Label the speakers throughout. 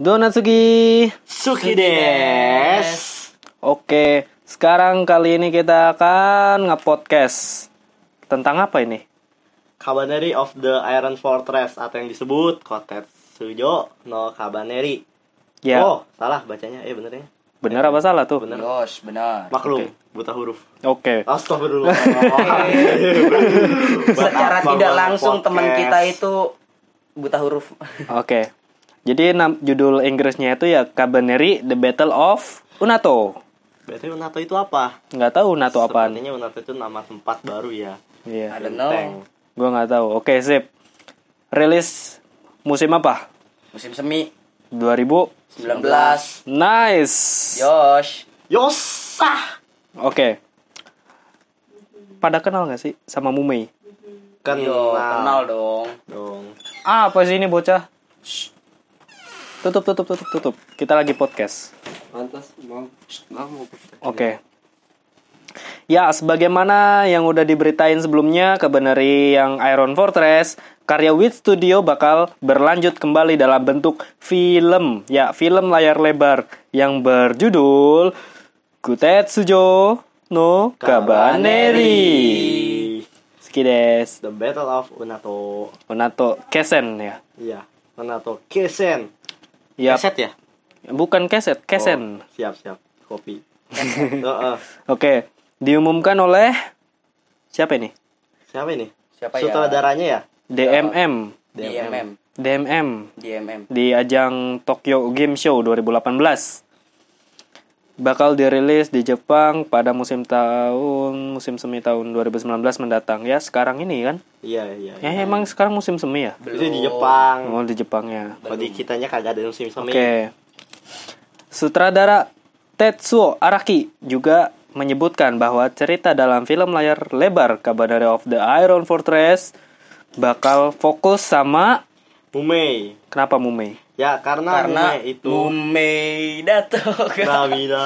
Speaker 1: ドーナツギ
Speaker 2: 好きです。
Speaker 1: Oke, sekarang kali ini kita akan nge-podcast Tentang apa ini?
Speaker 2: Cabaneri of the Iron Fortress atau yang disebut Kotetsujo no Cabaneri.
Speaker 1: Ya,
Speaker 2: Oh, salah bacanya. Eh, benernya.
Speaker 1: bener apa salah tuh?
Speaker 2: Bener.
Speaker 3: Yos, benar.
Speaker 2: Maklum, buta huruf.
Speaker 1: Oke,
Speaker 2: Astagfirullah. Iya.
Speaker 3: Secara tidak langsung teman kita itu buta huruf.
Speaker 1: oke Jadi nam- judul Inggrisnya itu ya Cabaneri The Battle of Unato
Speaker 2: Berarti Unato itu apa?
Speaker 1: Nggak tahu Unato apaan
Speaker 2: Sepertinya Unato itu nama tempat baru ya.
Speaker 3: I
Speaker 1: Iya,
Speaker 3: don't know.
Speaker 2: Tank.
Speaker 1: gua nggak tahu Oke, sip Rilis musim apa?
Speaker 3: Musim semi
Speaker 1: 2000
Speaker 3: 19.
Speaker 1: Nice
Speaker 3: Yos.
Speaker 2: Yosah.
Speaker 1: Oke Pada kenal nggak sih sama Mumei?
Speaker 3: Yo,
Speaker 2: Kenal.
Speaker 3: kenal dong.
Speaker 2: dong.
Speaker 1: Ah, apa sih ini bocah? Shh. Tutup, tutup, tutup, tutup. Kita lagi podcast. Oke. Ya, sebagaimana yang udah diberitain sebelumnya, kebenari yang Iron Fortress, karya Wit Studio bakal berlanjut kembali dalam bentuk film. Ya, film layar lebar yang berjudul Kutetsujo no Kabaneri.
Speaker 2: Ih,
Speaker 1: Skides.
Speaker 2: The Battle of Unato.
Speaker 1: Onato Kesen ya.
Speaker 2: Iya, Unato Kesen.
Speaker 1: Ya,
Speaker 2: Keset ya?
Speaker 1: bukan keset, kesen.
Speaker 2: Oh, siap, siap. Kopi. Heeh.
Speaker 1: Oke, diumumkan oleh siapa ini?
Speaker 2: Siapa ini?
Speaker 3: Siapa ya?
Speaker 2: Sutradaranya ya?
Speaker 1: DMM,
Speaker 3: DMM.
Speaker 1: DMM
Speaker 3: DMM.
Speaker 1: di ajang Tokyo Game Show 2018. Bakal dirilis di Jepang pada musim tahun musim semi tahun 2019 mendatang ya. Sekarang ini kan?
Speaker 2: Iya, iya.
Speaker 1: Ya emang sekarang musim semi ya?
Speaker 2: Itu di Jepang.
Speaker 1: Oh, di Jepang ya.
Speaker 2: Kalau di kitanya kagak ada musim semi.
Speaker 1: Oke. Sutradara Tetsuo Araki juga menyebutkan bahwa cerita dalam film layar lebar Kabanari of the Iron Fortress bakal fokus sama
Speaker 2: Mumei.
Speaker 1: kenapa Mumei?
Speaker 2: Ya, karena,
Speaker 3: Karena
Speaker 2: Mumei itu
Speaker 3: Mumei datang.
Speaker 2: Namida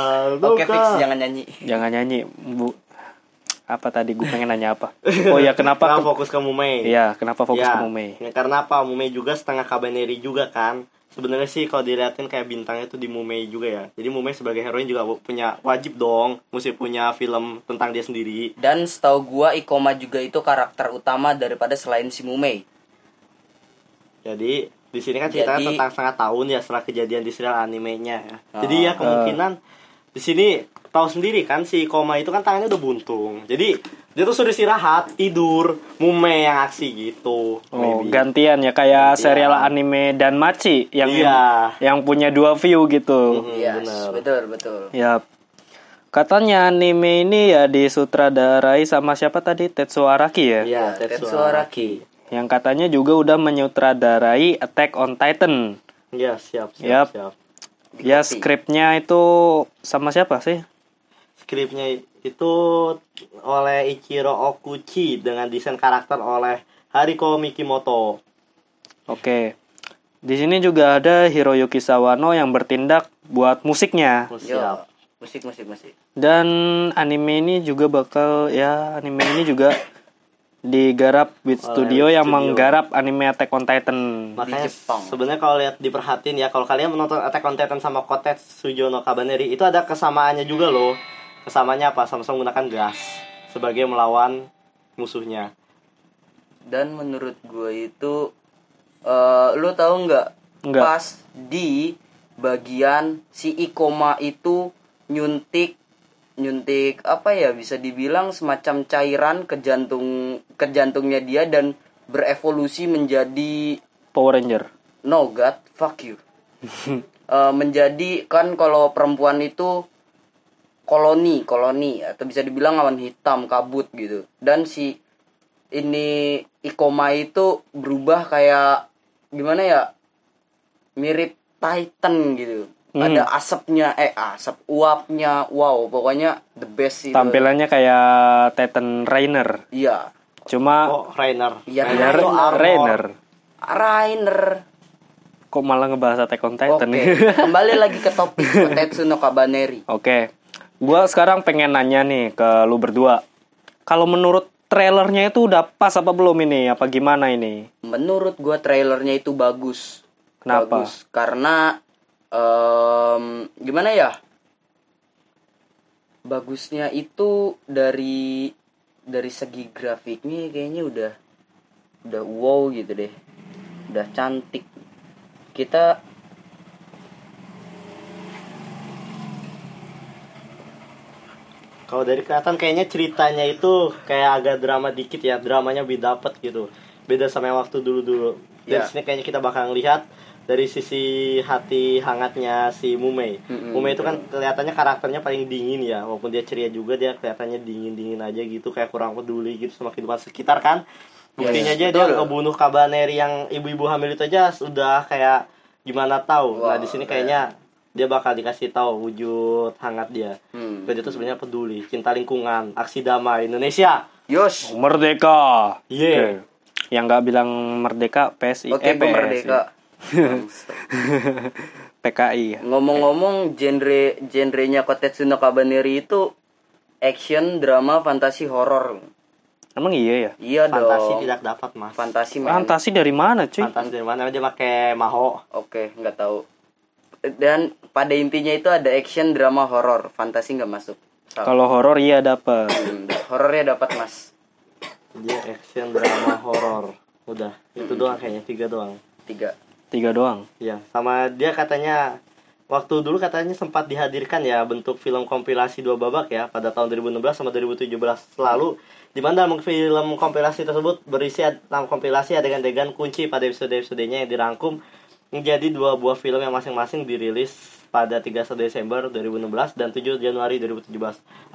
Speaker 2: Luka.
Speaker 3: Oke, fix jangan nyanyi.
Speaker 1: Jangan nyanyi, Bu. Apa tadi gue pengen nanya apa? Oh ya kenapa?
Speaker 2: Nah,
Speaker 1: ke-
Speaker 2: fokus ke Mumei.
Speaker 1: Iya, kenapa fokus
Speaker 2: Ya,
Speaker 1: ke Mumei?
Speaker 2: ya, karena apa? Mumei juga setengah kabaneri juga kan. Sebenarnya sih kalau diliatin kayak bintangnya tuh di Mumei juga ya. Jadi Mumei sebagai heroin juga punya wajib dong, mesti punya film tentang dia sendiri.
Speaker 3: Dan setahu gua Ikoma juga itu karakter utama daripada selain si Mumei.
Speaker 2: Jadi di sini kan ceritanya
Speaker 3: Jadi-
Speaker 2: tentang setengah tahun ya setelah kejadian di serial animenya ya.
Speaker 3: Ah.
Speaker 2: Jadi ya kemungkinan di sini tahu sendiri kan si koma itu kan tangannya udah buntung. Jadi dia tuh suruh istirahat, tidur, mume yang aksi gitu.
Speaker 1: Oh,
Speaker 2: Maybe.
Speaker 1: gantian ya kayak
Speaker 2: Gantian.
Speaker 1: serial anime dan Machi yang
Speaker 2: Iya.
Speaker 1: yang punya dua view gitu.
Speaker 2: Hmm,
Speaker 3: Iya,
Speaker 2: bener.
Speaker 3: betul, betul.
Speaker 1: Ya. Katanya anime ini ya disutradarai sama siapa tadi? Tetsuo Araki ya.
Speaker 2: Iya,
Speaker 3: Tetsuo
Speaker 2: Tetsuo
Speaker 3: Araki.
Speaker 1: Yang katanya juga udah menyutradarai Attack on Titan.
Speaker 2: Iya, siap, siap,
Speaker 1: Yap.
Speaker 2: siap. Iya,
Speaker 1: Ya
Speaker 3: Dikasih.
Speaker 1: skripnya itu sama siapa sih?
Speaker 2: Skripnya itu oleh Ichiro Okuchi dengan desain karakter oleh Hariko Mikimoto.
Speaker 1: Oke. Di sini juga ada Hiroyuki Sawano yang bertindak buat musiknya.
Speaker 2: Oh,
Speaker 3: Yo.
Speaker 2: siap.
Speaker 3: Musik, musik, musik.
Speaker 1: Dan anime ini juga bakal ya anime ini juga digarap with
Speaker 2: Oleh
Speaker 1: studio
Speaker 2: Wit
Speaker 1: yang
Speaker 2: Studio.
Speaker 1: menggarap anime Attack on Titan.
Speaker 2: makanya
Speaker 3: Di Jepang.
Speaker 2: sebenarnya kalau lihat diperhatiin ya kalau kalian menonton Attack on Titan sama Kotetsujo no Kabaneri itu ada kesamaannya juga loh kesamaannya apa sama-sama menggunakan gas sebagai melawan musuhnya
Speaker 3: dan menurut gue itu eh lu tahu nggak
Speaker 1: Nggak.
Speaker 3: pas di bagian si ikoma itu nyuntik nyuntik apa ya bisa dibilang semacam cairan ke jantung ke jantungnya dia dan berevolusi menjadi
Speaker 1: Power Ranger.
Speaker 3: no god fuck you Eh, menjadi kan kalau perempuan itu koloni koloni atau bisa dibilang awan hitam kabut gitu dan si ini ikoma itu berubah kayak gimana ya mirip titan gitu ada asapnya eh asap uapnya wow pokoknya the best
Speaker 1: Gitu.
Speaker 3: itu
Speaker 1: Tampilannya kayak Titan Rainer.
Speaker 3: iya
Speaker 1: Cuma
Speaker 2: oh Rainer
Speaker 3: Iya,
Speaker 2: Rainer
Speaker 1: Rainer,
Speaker 2: itu armor.
Speaker 1: Rainer.
Speaker 3: Rainer
Speaker 1: Kok malah ngebahas Attack on
Speaker 3: oke
Speaker 1: Titan nih?
Speaker 3: kembali lagi ke topik Kotetsu no Kabaneri
Speaker 1: Oke. Gua sekarang pengen nanya nih ke lu berdua. Kalau menurut trailernya itu udah pas apa belum ini? Apa gimana ini?
Speaker 3: menurut gua trailernya itu bagus
Speaker 1: Kenapa?
Speaker 3: bagus karena Em, gimana ya bagusnya itu dari dari segi grafiknya kayaknya udah udah wow gitu deh udah cantik kita
Speaker 2: Kalau dari kelihatan kayaknya ceritanya itu kayak agak drama dikit ya, dramanya lebih dapet gitu. Beda sama yang waktu dulu-dulu. Dan
Speaker 3: Ya.
Speaker 2: sini kayaknya kita bakal lihat dari sisi hati hangatnya si Mumei.
Speaker 3: Mm-mm.
Speaker 2: Mumei itu kan kelihatannya karakternya paling dingin ya, walaupun dia ceria juga dia kelihatannya dingin-dingin aja gitu, kayak kurang peduli gitu sama kehidupan sekitar kan. Buktinya
Speaker 3: Yes,
Speaker 2: aja dia
Speaker 3: Iya, betul.
Speaker 2: ngebunuh Kabaneri yang ibu-ibu hamil itu aja sudah kayak gimana tahu. nah,
Speaker 3: Wah,
Speaker 2: di sini
Speaker 3: iya.
Speaker 2: kayaknya dia bakal dikasih tahu wujud hangat dia.
Speaker 3: hmm.
Speaker 2: Gajah itu sebenarnya peduli, cinta lingkungan, aksi damai Indonesia.
Speaker 3: yos
Speaker 1: Merdeka.
Speaker 2: Ye.
Speaker 1: Oke. Yang nggak bilang merdeka PSI
Speaker 3: oke
Speaker 1: eh, PSI.
Speaker 3: pemerdeka
Speaker 1: PKI. ya.
Speaker 3: ngomong-ngomong genre genrenya Kotetsu no Kabaneri itu action drama fantasi horor
Speaker 1: Emang iya ya?
Speaker 3: iya
Speaker 2: Fantasi
Speaker 3: dong
Speaker 2: tidak dapat, Mas.
Speaker 3: fantasi man.
Speaker 1: Fantasi dari mana cuy?
Speaker 2: Fantasi dari mana? Dia pakai maho.
Speaker 3: Oke, nggak tahu. Dan pada intinya itu ada action, drama, horor, fantasi nggak masuk. Salah.
Speaker 1: Kalau horor iya dapet.
Speaker 3: Hmm, Horornya dapat mas,
Speaker 2: Dia action, drama, horor. Udah, itu doang kayaknya, tiga doang.
Speaker 3: tiga.
Speaker 1: Tiga doang.
Speaker 2: Iya, sama dia katanya waktu dulu katanya sempat dihadirkan ya bentuk film kompilasi dua babak ya pada tahun 2016 sama 2017 lalu di mana dalam film kompilasi tersebut berisi ad- dalam kompilasi adegan-adegan kunci pada episode-episodenya yang dirangkum menjadi dua buah film yang masing-masing dirilis pada 31 Desember 2016 dan 7 Januari 2017.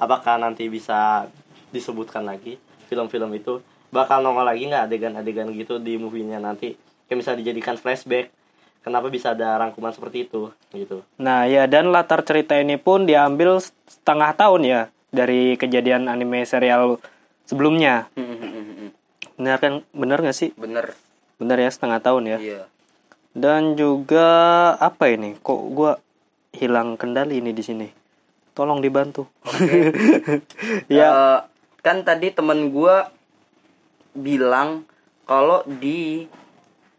Speaker 2: Apakah nanti bisa disebutkan lagi film-film itu bakal nongol lagi nggak adegan-adegan gitu di movie-nya nanti kayak bisa dijadikan flashback kenapa bisa ada rangkuman seperti itu gitu
Speaker 1: Nah ya dan latar cerita ini pun diambil setengah tahun ya dari kejadian anime serial sebelumnya. Bener kan? Bener nggak sih?
Speaker 3: Bener.
Speaker 1: Bener ya setengah tahun ya.
Speaker 3: Iya.
Speaker 1: Dan juga apa ini? Kok gua hilang kendali ini di sini? Tolong dibantu. ya,
Speaker 3: Eh, kan tadi temen gua bilang kalau di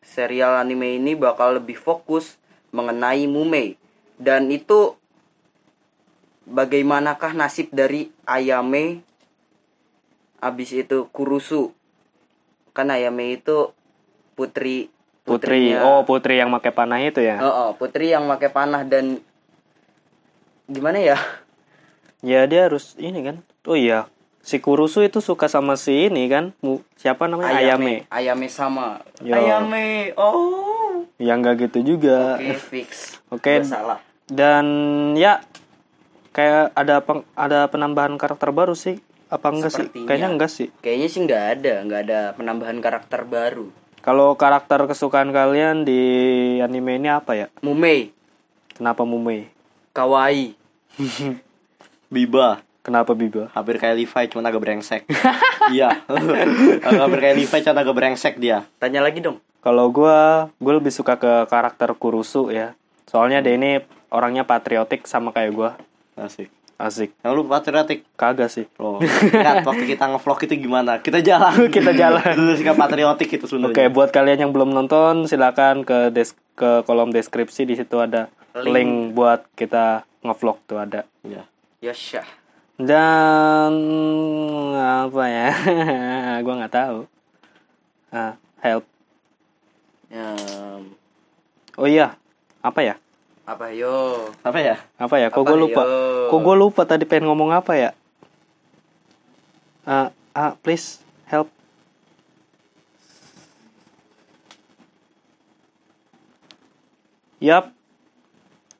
Speaker 3: serial anime ini bakal lebih fokus mengenai Mume dan itu bagaimanakah nasib dari Ayame abis itu Kurusu kan Ayame itu putri
Speaker 1: Putri.
Speaker 3: putrinya-
Speaker 1: Oh, Putri yang pakai panah itu ya.
Speaker 3: Oh, oh, putri yang pakai panah dan gimana ya
Speaker 1: Ya dia harus ini kan. Oh iya. Si Kurusu itu suka sama si ini kan. Mu- Siapa namanya? Ayame.
Speaker 3: Ayame sama
Speaker 1: Yo.
Speaker 3: Ayame oh
Speaker 1: Yang enggak gitu juga.
Speaker 3: Oke fix.
Speaker 1: Oke.
Speaker 3: Gua salah.
Speaker 1: Dan ya kayak ada peng- ada penambahan karakter baru sih. Apa enggak sih?
Speaker 3: Sepertinya.
Speaker 1: Kayaknya enggak sih.
Speaker 3: Kayaknya sih nggak ada, nggak ada penambahan karakter baru.
Speaker 1: Kalau karakter kesukaan kalian di anime ini apa ya?
Speaker 3: Mumei,
Speaker 1: Kenapa Mumei?
Speaker 3: Kawaii.
Speaker 2: Biba
Speaker 1: Kenapa Biba?
Speaker 2: hampir kayak Levi cuma agak brengsek iya hampir kayak Levi cuma agak brengsek dia
Speaker 3: Tanya lagi dong.
Speaker 1: Kalau gua gue lebih suka ke karakter Kurusu ya. Soalnya dia ini orangnya patriotik sama kayak gua
Speaker 2: asik
Speaker 1: Asik.
Speaker 2: yang lu patriotik
Speaker 1: Kagak sih.
Speaker 2: Oh, ingat waktu kita ngevlog itu gimana? Kita jalan,
Speaker 1: Kita jalan.
Speaker 2: Itu sikap patriotik itu
Speaker 1: Oke,
Speaker 3: Oh, iya.
Speaker 2: sebenarnya.
Speaker 1: buat kalian yang belum nonton silakan ke des- ke kolom deskripsi di situ ada link,
Speaker 3: Link.
Speaker 1: buat kita ngevlog tuh ada.
Speaker 2: Iya.
Speaker 3: Yosha.
Speaker 1: Dan apa ya? gua nggak tahu. Ah, help.
Speaker 3: Em,
Speaker 1: Oh iya. Apa ya?
Speaker 3: apa yo?
Speaker 2: Apa ya?
Speaker 1: Apa ya? Kok
Speaker 3: Apa eh,
Speaker 1: gue lupa?
Speaker 3: yo?
Speaker 1: Kok gue lupa tadi pengen ngomong apa ya? Ah, ah, please help. Yap.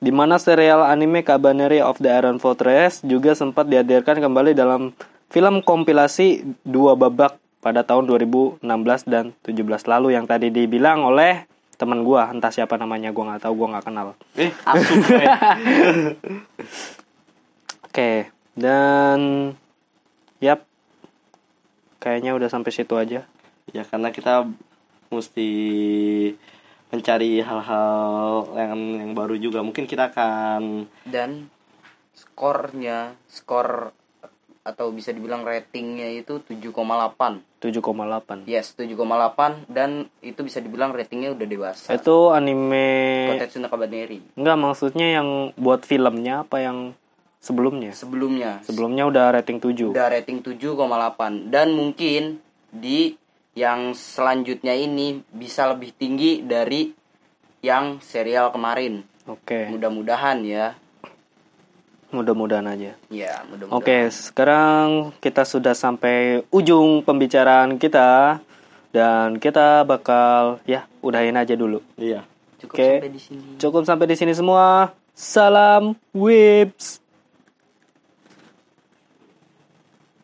Speaker 1: Di mana serial anime Cabaneri of the Iron Fortress juga sempat dihadirkan kembali dalam film kompilasi Dua Babak pada tahun 2016 dan 17 lalu yang tadi dibilang oleh teman gua entah siapa namanya gua nggak tahu gua nggak kenal.
Speaker 2: Eh, absurd gue.
Speaker 1: Oke, dan yap. Kayaknya udah sampai situ aja.
Speaker 2: Ya karena kita mesti mencari hal-hal yang yang baru juga. Mungkin kita akan
Speaker 3: Dan skornya, skor atau bisa dibilang ratingnya itu 7,8.
Speaker 1: 7,8.
Speaker 3: Yes, 7,8 dan itu bisa dibilang ratingnya udah dewasa.
Speaker 1: Itu anime
Speaker 3: Kotetsu no Kabaneri.
Speaker 1: enggak maksudnya yang buat filmnya apa yang sebelumnya?
Speaker 3: Sebelumnya
Speaker 1: Sebelumnya udah rating 7.
Speaker 3: udah rating 7,8 dan mungkin di yang selanjutnya ini bisa lebih tinggi dari yang serial kemarin.
Speaker 1: Oke.
Speaker 3: Mudah-mudahan ya.
Speaker 1: Mudah-mudahan aja.
Speaker 3: Ya, mudah-mudahan.
Speaker 1: Oke, sekarang kita sudah sampai ujung pembicaraan kita dan kita bakal ya udahin aja dulu.
Speaker 2: Iya.
Speaker 3: Cukup
Speaker 1: Oke.
Speaker 3: sampai di sini.
Speaker 1: Cukup sampai di sini semua. Salam Wips.